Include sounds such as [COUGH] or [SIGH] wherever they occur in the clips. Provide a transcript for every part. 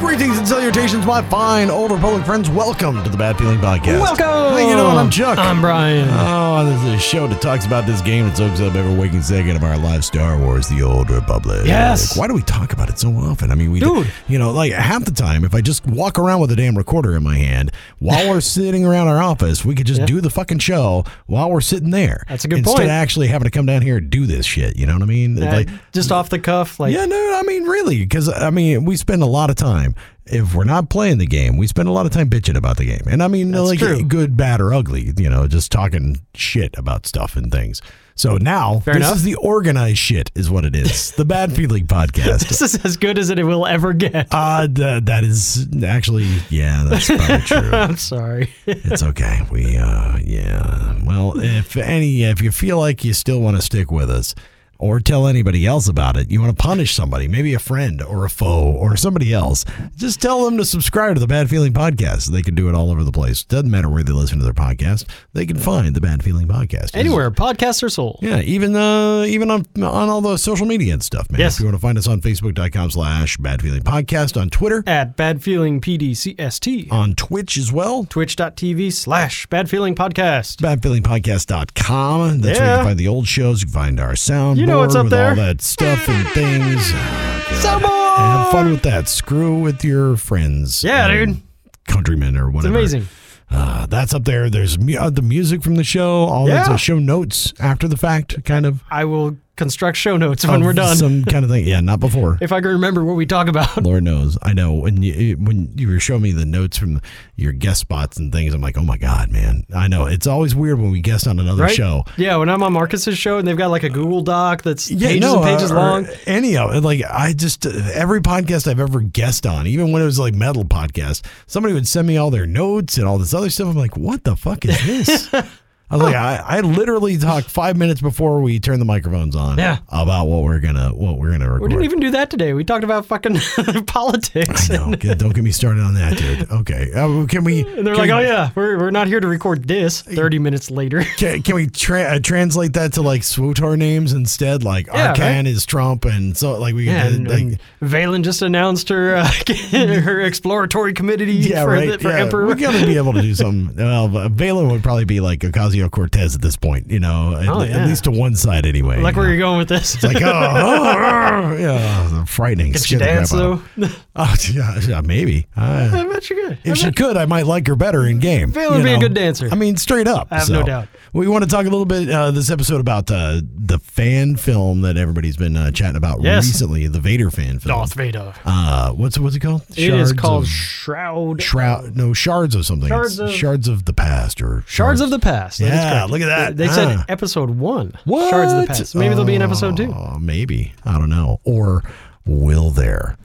Greetings and salutations, my fine old Republic friends. Welcome to the Bad Feeling Podcast. Welcome. How you doing? I'm Chuck. I'm Brian. Oh, this is a show that talks about this game that soaks up every waking second of our life. Star Wars: The Old Republic. Yes. Why do we talk about it so often? I mean, we, Dude. you know, like half the time, if I just walk around with a damn recorder in my hand while [LAUGHS] we're sitting around our office, we could just do the fucking show while we're sitting there. That's a good Instead point. of actually having to come down here and do this shit. You know what I mean? Uh, Like, just off the cuff, like [LAUGHS] yeah, no, I mean, really, because I mean, we spend a lot of time. If we're not playing the game, we spend a lot of time bitching about the game, and I mean, That's like true. good, bad, or ugly, you know, just talking shit about stuff and things. So now, Fair this enough. is the organized shit, is what it [LAUGHS] is. the bad feeling podcast. this is as good as it will ever get. [LAUGHS] Uh, th- that is actually, yeah, that's probably true. [LAUGHS] I'm sorry. It's okay. We, uh, yeah. Well, if any, if you feel like you still want to stick with us or tell anybody else about it, you want to punish somebody, maybe a friend or a foe or somebody else, just tell them to subscribe to the Bad Feeling Podcast. They can do it all over the place. Doesn't matter where they listen to their podcast, they can find the Bad Feeling Podcast Anywhere, podcasts are sold. yeah, even uh, even on on all the social media and stuff, man. Yes. If you want to find us on Facebook.com slash Bad Feeling Podcast, on Twitter, At Bad Feeling PDCST. on Twitch as well, Twitch.tv slash Bad Feeling Podcast. badfeelingpodcast.com. That's where you Yeah. can find the old shows. You can find our soundboard You know what's up with all there. that stuff and things. Oh, God. Soundboard! Have fun with that. Screw with your friends. Yeah, and dude. Countrymen or whatever. amazing. Uh, that's up there. There's mu- uh, the music from the show, all Yeah. the show notes after the fact, kind of. I will construct show notes when of we're done. Some kind of thing. Yeah, not before. if I can remember what we talk about. Lord knows, I know when you when you were showing me the notes from your guest spots and things, I'm like, oh my god, man! I know it's always weird when we guest on another [LAUGHS] Right? show. Yeah, when I'm on Marcus's show and they've got like a Google Doc that's pages no, and pages or- or long. Any of it, like I just every podcast I've ever guest on, even when it was like metal podcast, somebody would send me all their notes and all this other stuff. I'm like, what the fuck is [LAUGHS] this? I was like, I, I literally talked five minutes before we turn the microphones on Yeah. about what we're gonna what we're gonna record. We didn't even do that today. We talked about fucking [LAUGHS] politics. no, [LAUGHS] good, don't get me started on that, dude. Okay, uh, can we? And they're can like, we- oh yeah, we're, we're not here to record this 30 minutes later. [LAUGHS] Can, can we tra- uh, translate that to like swotar names instead? Like Yeah, Arcan is Trump, and so like we Yeah, can. and, like- and Valen just announced her uh, [LAUGHS] her exploratory [LAUGHS] committee yeah, for, right. the, for yeah, Emperor. We gotta be able to do [LAUGHS] something. Well, but Valen would probably be like Ocasio Cortez at this point, you know, at, Oh, le- at yeah. least to one side anyway. like you where know. you're going with this. Like oh, oh, oh, [LAUGHS] yeah, frightening. Can [LAUGHS] she Scared the dance crap out though? [LAUGHS] of- [LAUGHS] Oh yeah, yeah, maybe. I- I bet you could. I If she bet- could, I might like her better in game. Valen would you be a good dancer. I mean, straight up. I have no doubt. We want to talk a little bit uh, this episode about uh, the fan film that everybody's been uh, chatting about Yes. recently, the Vader fan film. Darth Vader. Uh, what's what's it called? It is called of Shroud. shroud. No, shards of something. It's Shards of- shards of the past or Shards of the Past. That is Yeah, correct. look at that. They said Ah. episode one. What? Shards of the Past. Maybe there'll be an episode two. Oh, maybe I don't know. Or will there?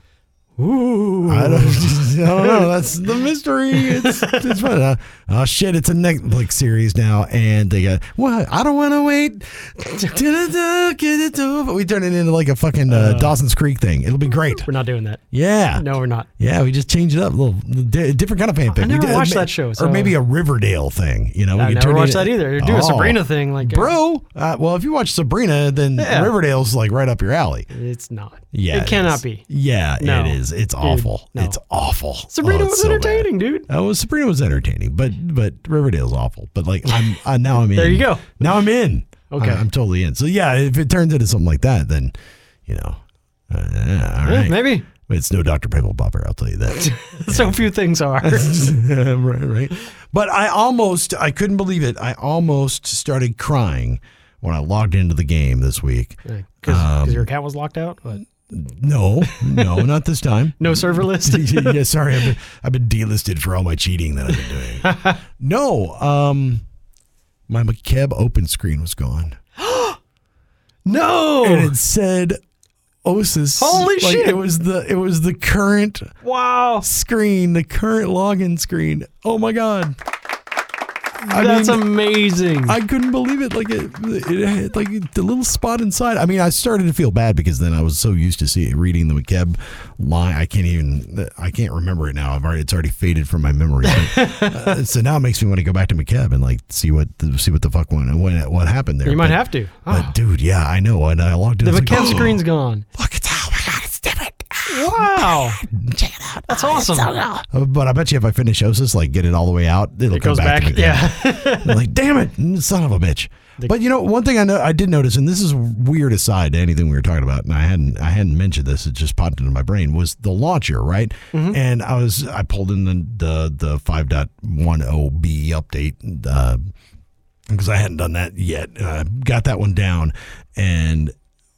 Ooh. Oh. I don't, [LAUGHS] I don't know. That's the mystery. It's, it's fun. Uh, oh shit! It's a Netflix series now, and they got what? I don't want to wait. [LAUGHS] Da-da-da, get it over. We turn it into like a fucking uh, Dawson's Creek thing. It'll be great. [LAUGHS] We're not doing that. Yeah, No, we're not. yeah. We just change it up a little, di- different kind of fanfic. I never we did- watched ma- that show, or so- maybe a Riverdale thing. You know, we I could never turn it watched in- that either. Do Oh. a Sabrina thing, like uh, Bro, uh, well, if you watch Sabrina, then Yeah. Riverdale's like right up your alley. It's not. Yeah, it cannot is. be. Yeah, No. it is. It's awful. no. It's awful. Sabrina Oh, it's was so bad. entertaining, dude. Oh, well, Sabrina was entertaining, but but Riverdale's awful. But like I'm uh, now I'm in. [LAUGHS] There you go. Now I'm in. Okay. I, am totally in. So yeah, if it turns into something like that, then you know, uh, yeah, all Eh, right. [LAUGHS] Maybe. It's no Dr. Pickle Popper, I'll tell you that. [LAUGHS] So few [LAUGHS] things are. right, right. But I almost, I couldn't believe it. I almost started crying when I logged into the game this week. Because your account was locked out? What? No, [LAUGHS] no, not this time. No server list? [LAUGHS] yeah, sorry, I've been, I've been delisted for all my cheating that I've been [LAUGHS] doing. no, um, my McKeb open screen was gone. and No. it said Osis. Holy Like, shit. It was the it was the current Wow. screen, the current login screen. Oh my god. I That's mean, amazing. I couldn't believe it. Like it, it had like the little spot inside. I mean, I started to feel bad because then I was so used to see reading the McKeb line. I can't even. I can't remember it now. I've already. It's already faded from my memory. But, [LAUGHS] uh, so now it makes me want to go back to McKeb and like see what see what the fuck went what what happened there. you might But- have to. But Ah, dude, yeah, I know. And I logged in. the I was like, McKev "Oh, screen's gone. Look, it's oh my god, it's different. Wow. Check it out. That's awesome. Uh, But I bet you if I finish Osis, like get it all the way out, it'll It come goes back. to McKeb. yeah. [LAUGHS] I'm like, damn it, son of a bitch. But you know, one thing I know I did notice, and this is weird aside to anything we were talking about, and I hadn't I hadn't mentioned this, it just popped into my brain, was the launcher, right? And I was I pulled in the the, the 5.10b update uh, because I hadn't done that yet. Uh, got that one down, and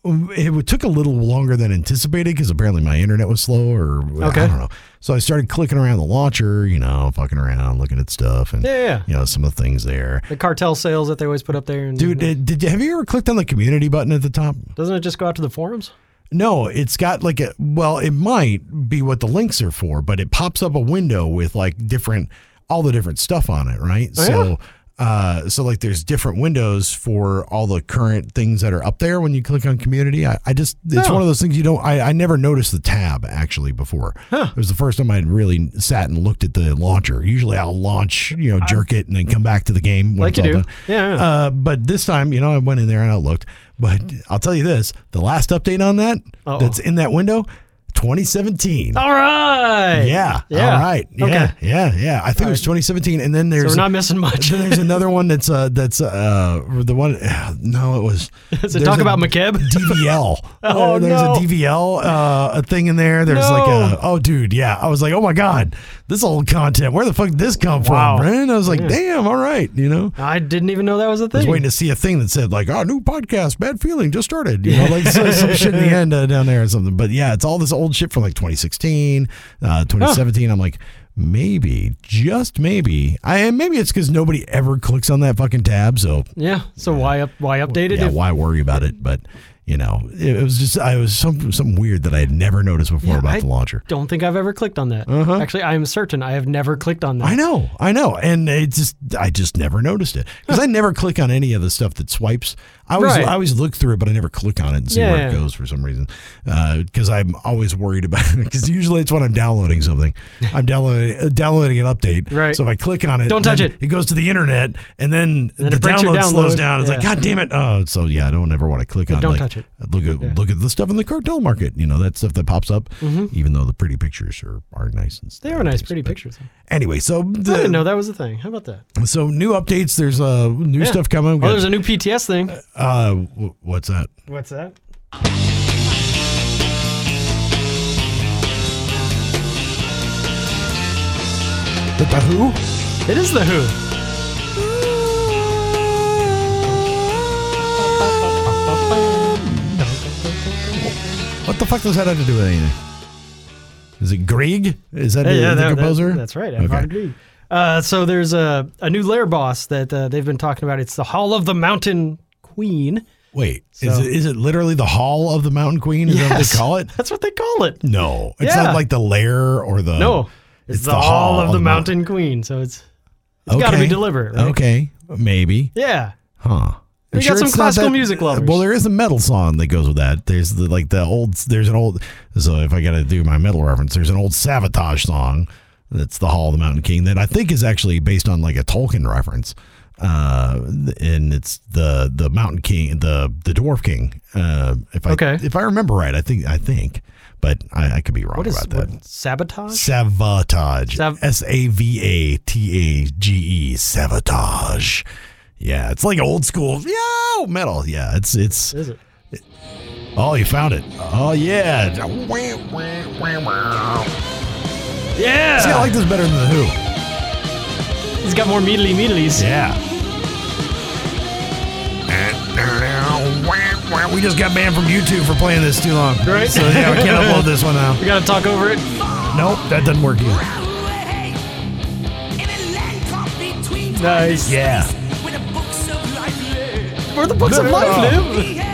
it w- took a little longer than anticipated because apparently my internet was slow, or Okay. I don't know. So I started clicking around the launcher, you know, fucking around, looking at stuff, and Yeah, yeah. you know some of the things there. [LAUGHS] the cartel sales that they always put up there. And, Dude, did, did you have you ever clicked on the community button at the top? doesn't it just go out to the forums? No, it's got like a well, it might be what the links are for, but it pops up a window with like different all the different stuff on it, right? Oh, so uh so like there's different windows for all the current things that are up there when you click on community. I, I just it's Oh. one of those things you don't I, I never noticed the tab actually before. It was the first time I'd really sat and looked at the launcher. Usually I'll launch, you know, jerk it and then come back to the game when Like it's you all do. done. Yeah. Uh, but this time, you know, I went in there and I looked. But I'll tell you this: the last update on that Uh-oh. that's in that window, 2017. All right. Yeah. Yeah. All right. Yeah. Okay. Yeah. Yeah. I think it was 2017, and then So there's we're not missing much. then [LAUGHS] there's another one that's uh that's uh the one [SIGHS] no it was [LAUGHS] Is it there's talk a about McKeb? [LAUGHS] DVL Oh, there's no. Uh, a DVL uh a thing in there there's like No. a oh dude yeah I was like oh my god this old content where the fuck did this come Wow. from man I was like damn all right you know [LAUGHS] I didn't even know that was a I was thing. waiting to see a thing that said like, "Our new podcast, Bad Feeling, just started." You know, like so, [LAUGHS] some shit in the end uh, down there or something. But yeah, it's all this old shit from like 2016, uh, 2017. I'm like, maybe, just maybe, I and maybe it's because nobody ever clicks on that fucking tab. So yeah. So why up? Why update it? yeah, if- why worry about it? But you know, it, it was just I was something something weird that I had never noticed before Yeah, about I- the launcher. don't think I've ever clicked on that. Actually, I am certain I have never clicked on that. Uh-huh. I know, I know, and it just I just never noticed it because I never click on any of the stuff that swipes. I always Right. I always look through it, but I never click on it and see where Yeah. it goes for some reason because I'm always worried about it because usually it's when I'm downloading [LAUGHS] something. I'm downloading uh, downloading an update, Right. So if I click on it, Don't touch then it. It goes to the internet, and then, then the it breaks download, your slows download. down. It's like Yeah. God damn it! Oh, so yeah, I don't ever want to click on. don't like, touch it. Look at look at the stuff in the cartel market. You know that stuff that pops up, even though the pretty pictures are are nice and Mm-hmm. They were nice, things, pretty but- pictures. Anyway, so I the, didn't know that was a thing. How about that? so new updates. There's uh new Yeah. stuff coming. We Oh, got- there's a new PTS thing. uh, w- what's that? What's that? The, the Who? It is the Who. What the fuck does that have to do with anything? Is it Grieg? Is that the, the that- that- composer? that's right. Okay. I agree. Uh, so there's a, a new lair boss that uh, they've been talking about. It's the Hall of the Mountain Queen. Wait, is So- it is it literally the Hall of the Mountain Queen? Is that what Yes. they call it? That's what they call it. No, it's Yeah. not like the lair or the No, it's, the, Hall of the Mountain Queen. So it's it's got to be Okay. deliberate. Right? Okay, maybe, Yeah. huh? We I'm got some it's not classical that- music uh, lovers. Well, there is a metal song that goes with that. There's the, like the old. There's an old. So if I got to do my metal reference, there's an old Sabotage song that's the Hall of the Mountain King that I think is actually based on like a Tolkien reference. Uh, and it's the the Mountain King, the the Dwarf King. Uh, if I Okay. if I remember right, I think I think, but I, I could be wrong What is about that. what, sabotage? Sabotage. Sav- S A V A T A G E. Sabotage. Yeah, it's like old school yo metal. Yeah, it's it's. Is it? Oh, you found it. Oh yeah. See, Yeah. I like this better than the Who. He's got more meaty meatlies. Yeah. We just got banned from YouTube for playing this too long. Right. So yeah, we can't upload this one now. We gotta talk over it. Nope, that doesn't work either. Nice. Yeah. Where the books of life live. Where the books of life Yeah. live. We have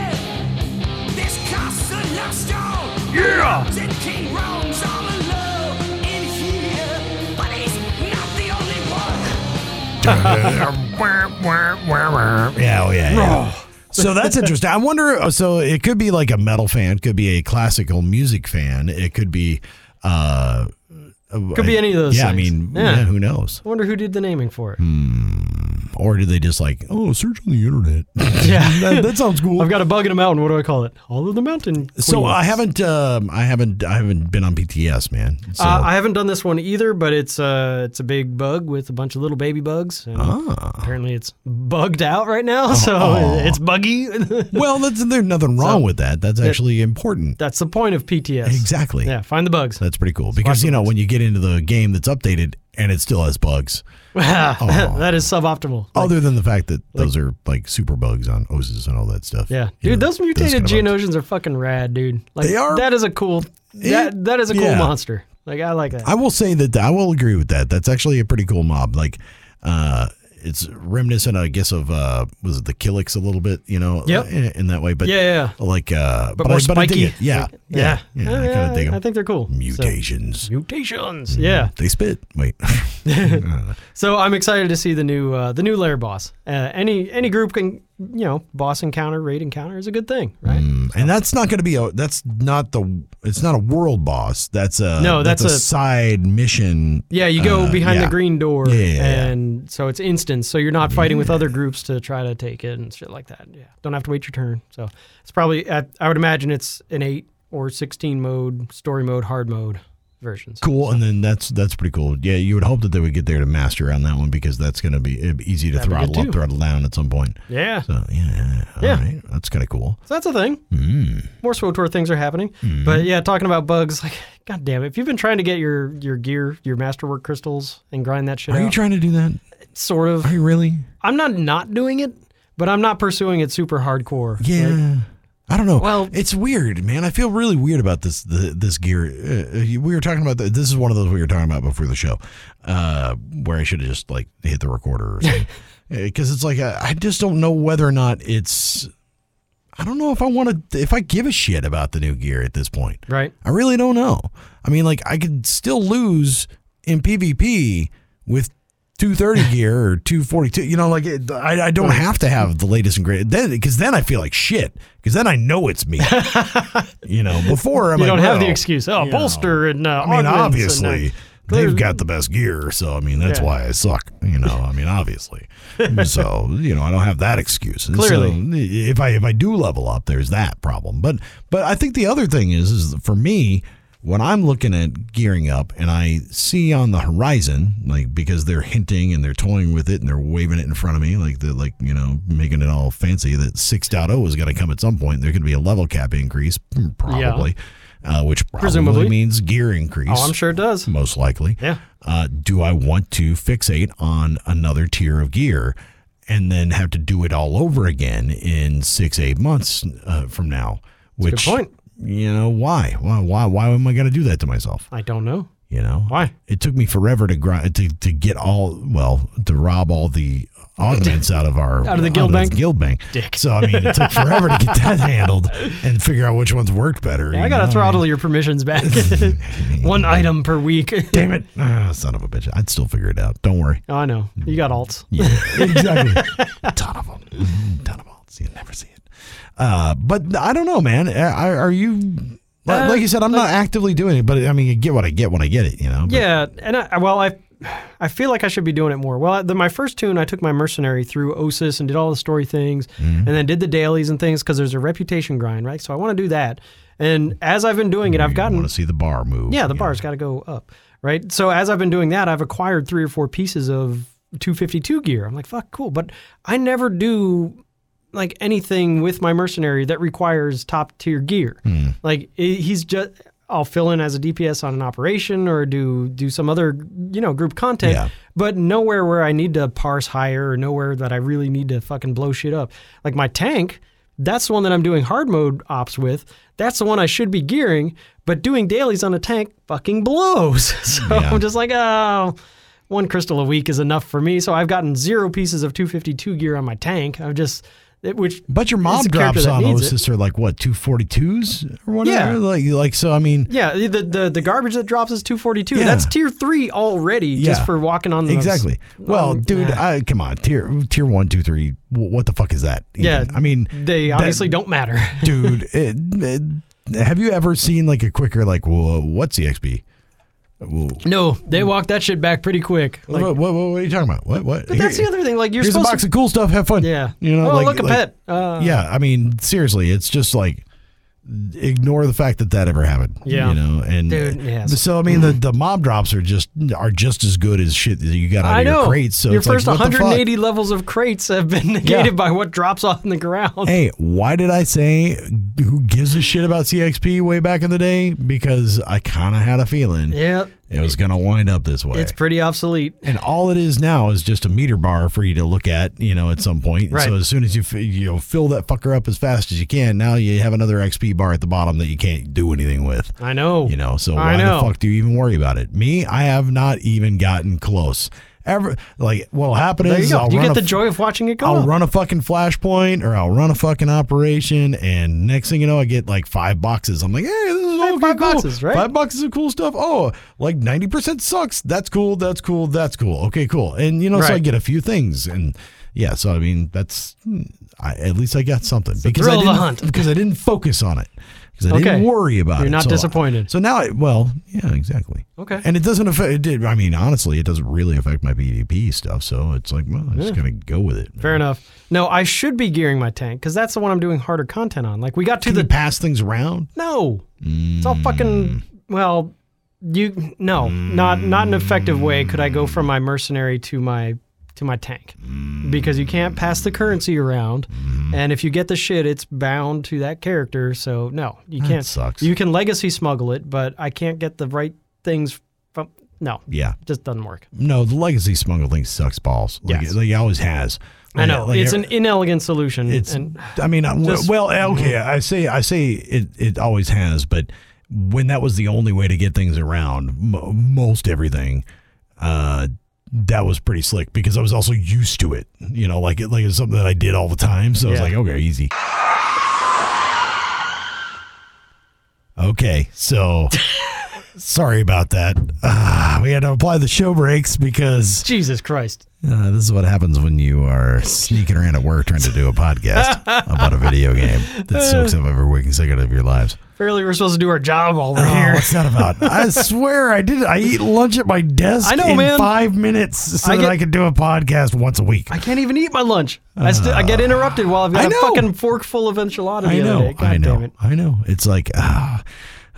Yeah! And King roams all alone in here, but he's not the only one. Yeah, oh yeah. yeah. so that's interesting. I wonder. So it could be like a metal fan, could be a classical music fan, it could be, uh, Could be any of those Yeah, I things. mean, Yeah. yeah, who knows? I wonder who did the naming for it. Hmm. Or do they just like, oh, search on the internet? [LAUGHS] Yeah. [LAUGHS] that, that sounds cool. I've got a bug in a mountain. What do I call it? All of the mountain. so queens. I haven't, um, I haven't, I haven't been on PTS, man. So Uh, I haven't done this one either, but it's uh, it's a big bug with a bunch of little baby bugs. And Ah. Apparently, it's bugged out right now, [LAUGHS] so Oh. it's buggy. [LAUGHS] well, that's, there's nothing wrong with that. That's actually important. That's the point of PTS. Exactly. Yeah, find the [LAUGHS] bugs. [LAUGHS] That's pretty cool because the you know bugs. when you get into the game that's updated and it still has bugs. that is suboptimal. Other than the fact that those are like super bugs on OSs and all that stuff. Yeah, You dude, know, those mutated kind of bugs. Geonosians are fucking rad, dude. Like They are- That is a cool. That that is a cool yeah. monster. Like I like that. I will say that I will agree with that. That's actually a pretty cool mob. Like, uh, it's reminiscent, I guess, of uh, was it the Killix a little bit, you know, uh, Yep. in, in that way. But Yeah, yeah. like, uh, but more I, I dig spiky. it. Yeah, Like- yeah, yeah. I kind of dig 'em. I think they're cool. So- mutations. mutations. Yeah. They spit. Wait, [LAUGHS] So I'm excited to see the new uh, the new layer boss. Uh, any any group can you know boss encounter raid encounter is a good thing, right? and that's not going to be a. That's not the. It's not a world boss. That's a. No, that's a, a- side mission. Yeah, you go uh, behind yeah. the green door, Yeah, yeah, Mm-hmm. yeah. and so it's instant. So you're not fighting with other groups to try to take it and shit like that. Yeah, don't have to wait your turn. So it's probably I I would imagine it's an eight or sixteen mode story mode hard mode versions. Cool, and then that's that's pretty cool. Yeah, you would hope that they would get there to master on that one because that's going to be it'd be easy to That'd be good throttle up, too. throttle down at some point. Yeah, so So yeah, yeah, yeah. Yeah. All right. that's kind of cool. that's a thing. Hmm. More SWTOR things are happening, but yeah, talking about bugs. Like, god damn, it, if you've been trying to get your your gear, your masterwork crystals, and grind that shit Are out, you trying to do that? sort of. Are you really? I'm not not doing it, but I'm not pursuing it super hardcore. Yeah. Like, I don't know. Well- it's weird, man. I feel really weird about this the, this gear. Uh, we were talking about the, this is one of those we were talking about before the show, uh, where I should have just like hit the recorder or something. because it's like I, I just don't know whether or not it's. I don't know if I want to if I give a shit about the new gear at this point. right. I really don't know. I mean, like I could still lose in PvP with [LAUGHS] 230 gear or 242. You know, like it, I, I don't have to have the latest and greatest. Then because then I feel like shit. Because then I know it's [LAUGHS] me. you know, before I'm You like, don't have the well, excuse. Oh, you bolster know, and uh, I mean, augments and, uh, obviously. clear- They've got the best gear, so I mean that's Yeah. why I suck. You know, I mean [LAUGHS] obviously. so you know I don't have that excuse. And so Clearly. if I if I do level up, there's that problem. But but I think the other thing is is for me when I'm looking at gearing up and I see on the horizon like because they're hinting and they're toying with it and they're waving it in front of me like they're like you know making it all fancy that 6.0 is going to come at some point. There could be a level cap increase mm, probably. Uh, which probably Presumably. means gear increase oh, I'm sure it does. most likely. Yeah. Uh, do I want to fixate on another tier of gear and then have to do it all over again in six, eight months uh, from now? good Which point. You know why? Why? Why? Why am I going to do that to myself? I don't know. You know Why? It took me forever to grind to, to get all well to rob all the augments out of our [LAUGHS] Out of the guild this bank? Guild bank. Dick. So I mean, it took forever to get [LAUGHS] that handled and figure out which ones worked better. I you gotta know? throttle your [LAUGHS] permissions back. One item per week. Damn it! Ah, son of a bitch! I'd still figure it out. Don't worry. [LAUGHS] Oh, I know. You got alts. Yeah, [LAUGHS] [LAUGHS] exactly. ton of them. Ton of them. You never see it. Uh, but I don't know, man. Uh, Are, are you, like, Uh, like you said, I'm not actively doing it, but I mean, you get what I get when I get it, you know? But- Yeah, and I, well, I, I feel like I should be doing it more. Well, the, my first tune, I took my mercenary through Osis and did all the story things, and then did the dailies and things because there's a reputation grind, right? So I want to do that. And as I've been doing it, I've I gotten want to see the bar move. Yeah, the you bar's got to go up, right? So as I've been doing that, I've acquired three or four pieces of 252 gear. I'm like, fuck, cool, but I never do like anything with my mercenary that requires top tier gear. Hmm. Like i he's just I'll fill in as a DPS on an operation or do do some other you know group content, Yeah. but nowhere where I need to parse higher or nowhere that I really need to fucking blow shit up. Like my tank, that's the one that I'm doing hard mode ops with. That's the one I should be gearing, but doing dailies on a tank fucking blows. [LAUGHS] so Yeah. I'm just like, oh, one crystal a week is enough for me. So I've gotten zero pieces of 252 gear on my tank. I've just It- which But your is mob a character drops that on needs it. Osis are like what two forty twos or whatever. Yeah. Like like so. I mean, Yeah, the, the the garbage that drops is 242. Yeah. That's tier three already just Yeah. for walking on the exactly. Well, um, dude, yeah. I, come on. Tier tier one, two, three. wh- What the fuck is that? even? Yeah, I mean, They that- obviously don't matter. [LAUGHS] dude. It, it- have you ever seen like a quicker like whoa, what's the XP? Whoa. no, they walk that shit back pretty quick. Like, what, what, what, what are you talking about? What what? but that's the other thing. Like you're Here's a supposed box to. of cool stuff. Have fun. [LAUGHS] Yeah. You know, Oh, like, look a like- pet. Uh, yeah, I mean, seriously, it's just like ignore the fact that that ever happened. Yeah. you know, and uh, Dude, Mm. yes. so I mean, the, the mob drops are just are just as good as shit that you got out I of know. your crates. So your it's first like, what the fuck? 180 levels of crates have been [LAUGHS] negated by what drops on the ground. [LAUGHS] Hey, why did I say who gives a shit about CXP way back in the day? Because I kind of had a feeling yeah, it was gonna wind up this way. it's pretty obsolete. and all it is now is just a meter bar for you to look at, you know, at some point. And Right. So as soon as you f- you know, fill that fucker up as fast as you can, now you have another XP bar at the bottom that you can't do anything with. I know. You know, so I why know. the fuck do you even worry about it? Me, I have not even gotten close. Ever like what'll happen There is you go. I'll You run get a the f- joy of watching it go. I'll up. run a fucking flashpoint or I'll run a fucking operation, and next thing you know, I get like five boxes. I'm like, hey, this is all five cool. boxes, right? Five boxes of cool stuff. Oh, like ninety percent sucks. That's cool. That's cool. That's cool. Okay, cool. And you know, so I Right. get a few things, and yeah, so I mean, that's I, at least I got something because I thrill of didn't the hunt. [LAUGHS] because I didn't focus on it because I Okay. didn't worry about You're it. not disappointed. So now, it, well, yeah, exactly. Okay. And it doesn't affect. It did. I mean, honestly, it doesn't really affect my PvP stuff. So it's like, well, I'm just gonna go with it. Fair enough. No, I should be gearing my tank because that's the one I'm doing harder content on. Like we got to Can the you pass things around? No. It's all Mm. fucking well, you no, not not an effective way could I go from my mercenary to my to my tank. Mm. Because you can't pass the currency around and if you get the shit it's bound to that character, so no, you can't sucks. You can legacy smuggle it, but I can't get the right things from no, Yeah. just doesn't work. No, the legacy smuggling thing sucks balls. Like, Yes. like it always has. I know. Like, it's an inelegant solution. It's. and I mean, I- just- mm-hmm. well, okay. I say, I say, it. It always has, but when that was the only way to get things around, mo most everything, uh, that was pretty slick because I was also used to it. You know, like it, like it's something that I did all the time. So I was Yeah. like, okay, easy. Okay, [LAUGHS] so sorry about that. Ah, we had to apply the show breaks because Jesus Christ. uh, this is what happens when you are sneaking around at work trying to do a [LAUGHS] podcast about a video game that soaks up every waking second of your lives. Apparently we're supposed to do our job while we're Oh, [LAUGHS] here. what's that about? [LAUGHS] I swear I did. I eat lunch at my desk I know, in man. five minutes so I that get- I can do a podcast once a week. I can't even eat my lunch. I, st- I get interrupted while I've I got a know. fucking fork full of enchilada the I other know. day. God I Damn know. it. I know. It's like, ah.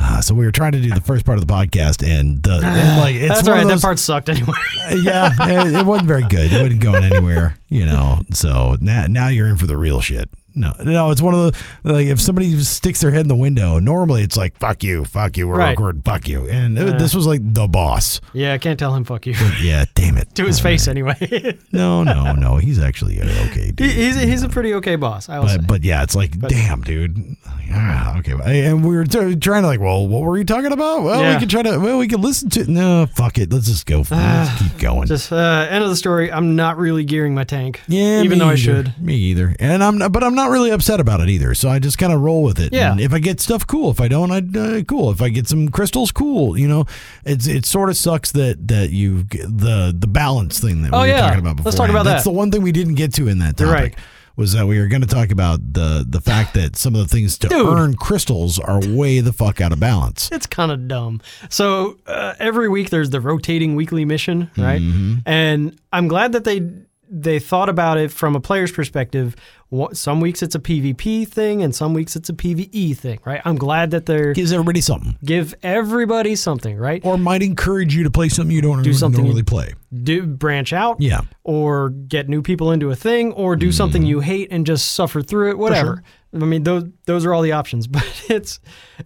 ah, so we were trying to do the first part of the podcast, and the and like it's That's one all right. of That those- part sucked anyway. [LAUGHS] yeah, it, it wasn't very good. It wasn't going anywhere, you know. So now, now you're in for the real shit. No, no, it's one of the like if somebody sticks their head in the window. Normally, it's like fuck you, fuck you, we're Right. awkward, fuck you. And it- this was like the boss. yeah, I can't tell him [LAUGHS] fuck you. Yeah, damn [LAUGHS] it. to his face anyway. No, no, no. He's actually an okay. Dude. He- he's, he's a pretty okay boss. I will say. but, but yeah, it's like damn, dude. Like, ah, okay, and we were t- trying to like, well, what were you talking about? Well, Yeah. we can try to. Well, we can listen to. No, fuck it. Let's just go. Let's keep going. Ah, Just uh, end of the story. I'm not really gearing my tank. Yeah, me even though I either. should. Me either. And I'm not, but I'm not really upset about it either. So I just kind of roll with it. Yeah. And if I get stuff, cool. If I don't, I uh, cool. If I get some crystals, cool. You know, it's it sort of sucks that that you g- the the balance thing that Oh, we yeah. were talking about before. Let's talk about That's that. the one thing we didn't get to in that You're topic. right. Was that we were going to talk about the the fact that some of the things to Dude. earn crystals are way the fuck out of balance. [LAUGHS] It's kind of dumb. So uh, every week there's the rotating weekly mission, right? And I'm glad that they they thought about it from a player's perspective. Wha- Some weeks it's a PvP thing, and some weeks it's a PvE thing, right? I'm glad that they're Gives everybody something, give everybody something, right? or might encourage you to play something you don't do something you- normally play. do branch out Yeah. or get new people into a thing or do something Mm. you hate and just suffer through it whatever i mean those those are all the options [LAUGHS] but it's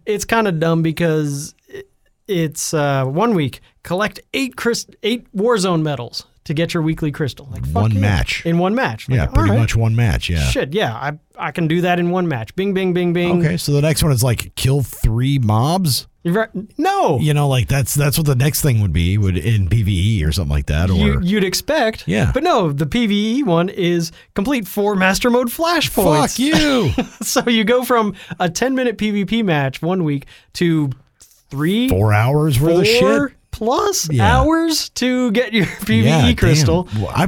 it's kind of dumb because it- it's uh, one week collect eight Chris, eight warzone medals to get your weekly crystal. Like fuck One yeah. match. in one match. Like, Yeah, all pretty right. much one match. Yeah. Shit, yeah, I I can do that in one match. Bing, bing, bing, bing. Okay, so the next one is like kill three mobs. You're right. No, You know, like that's that's what the next thing would be would in PVE or something like that. Or you, you'd expect. Yeah. But no, the PVE one is complete four master mode flashpoints. fuck [LAUGHS] you, So you go from a 10 minute PvP match one week to three, four hours worth of shit. four plus Yeah. hours to get your [LAUGHS] PvE Yeah, damn. E crystal. Well, I've